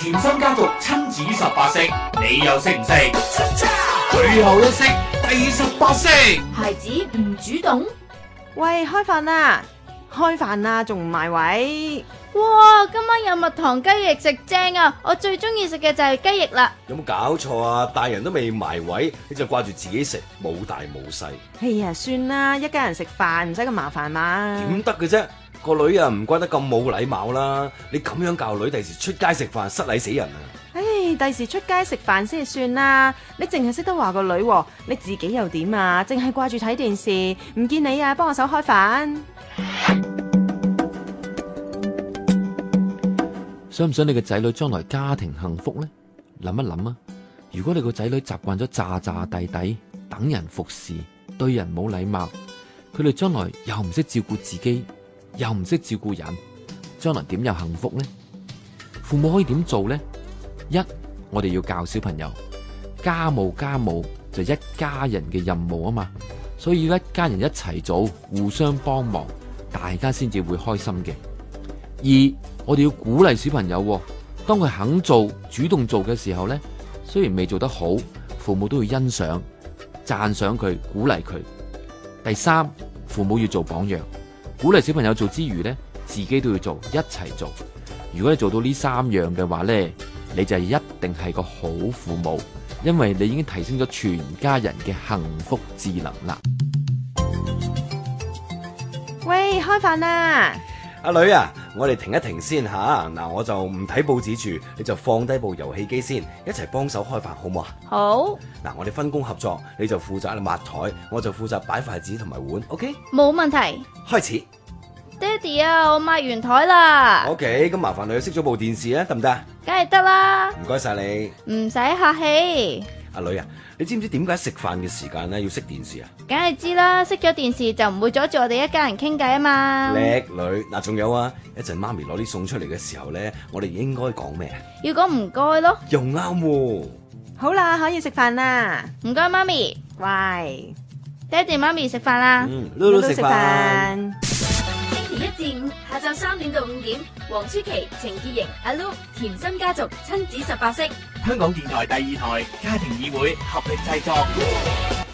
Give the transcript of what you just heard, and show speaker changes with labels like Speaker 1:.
Speaker 1: 甜心家族親子十八式，你又識唔識？最後一式第十八式，
Speaker 2: 孩子唔主動，
Speaker 3: 喂，開飯啦！開飯啦，仲唔埋位？
Speaker 2: 哇！今晚有蜜糖雞翼食正啊！我最中意食嘅就係雞翼啦。
Speaker 4: 有冇搞錯啊？大人都未埋位，你就掛住自己食，冇大冇細，
Speaker 3: 哎呀，算啦，一家人食飯唔使咁麻煩嘛。
Speaker 4: 點得嘅啫？個女啊，唔怪得咁冇禮貌啦！你咁樣教女，第時出街食飯失禮死人啊！
Speaker 3: 唉，哎第時出街食飯先至算啦。你淨係識得話個女喎，你自己又點啊？淨係掛住睇電視，唔見你啊，幫我手開飯。
Speaker 5: 想唔想你嘅仔女將來家庭幸福呢？諗一諗啊！如果你個仔女習慣咗詐詐弟弟、等人服侍、對人冇禮貌，佢哋將來又唔識照顧自己，又唔識照顧人，將來點有幸福呢？父母可以點做呢？一，我哋要教小朋友家務，家務就一家人嘅任務啊嘛，所以要一家人一齊做，互相幫忙，大家先至會開心嘅。二，我哋要鼓勵小朋友喎，當佢肯做、主動做嘅時候呢，雖然未做得好，父母都要欣賞、讚賞佢、鼓勵佢。第三，父母要做榜樣，鼓勵小朋友做之餘呢，自己都要做，一齊做。如果你做到呢三樣嘅話呢，你就一定係個好父母，因為你已經提升咗全家人嘅幸福智能啦。
Speaker 3: 喂，開飯啦！
Speaker 4: 阿女啊，我哋停一停先吓，嗱、我就唔睇報紙住，你就放低部遊戲機先，一齊幫手開飯好唔好啊？
Speaker 2: 好，
Speaker 4: 嗱，我哋分工合作，你就負責抹台，我就負責擺筷子同埋碗，OK？
Speaker 2: 冇問題。
Speaker 4: 開始
Speaker 2: 爹哋啊，我抹完台啦，
Speaker 4: ，OK？咁麻煩你熄咗部電視啊，得唔得啊？
Speaker 2: 梗係得啦，
Speaker 4: 唔該晒你，
Speaker 2: 唔使客氣。
Speaker 4: 阿女啊，你知唔知點解食飯嘅時間咧要熄電視啊？
Speaker 2: 梗係知啦，熄咗電視就唔會阻住我哋一家人傾偈啊嘛。
Speaker 4: 叻女，嗱，仲有啊，一陣媽咪攞啲餸出嚟嘅時候咧，我哋應該講咩啊？
Speaker 2: 要講唔該咯，
Speaker 4: 又啱喎，
Speaker 3: 好啦，可以食飯啦。
Speaker 2: 唔該媽咪，
Speaker 3: 喂，
Speaker 2: 爹哋媽咪食飯啦。
Speaker 4: 嗯，嚕嚕食飯。。
Speaker 6: 星期一至五下晝三點到五點，黃舒淇、程潔瑩、阿 Lu、甜心家族親子十八式。
Speaker 1: 香港電台第二台家庭議會合力製作。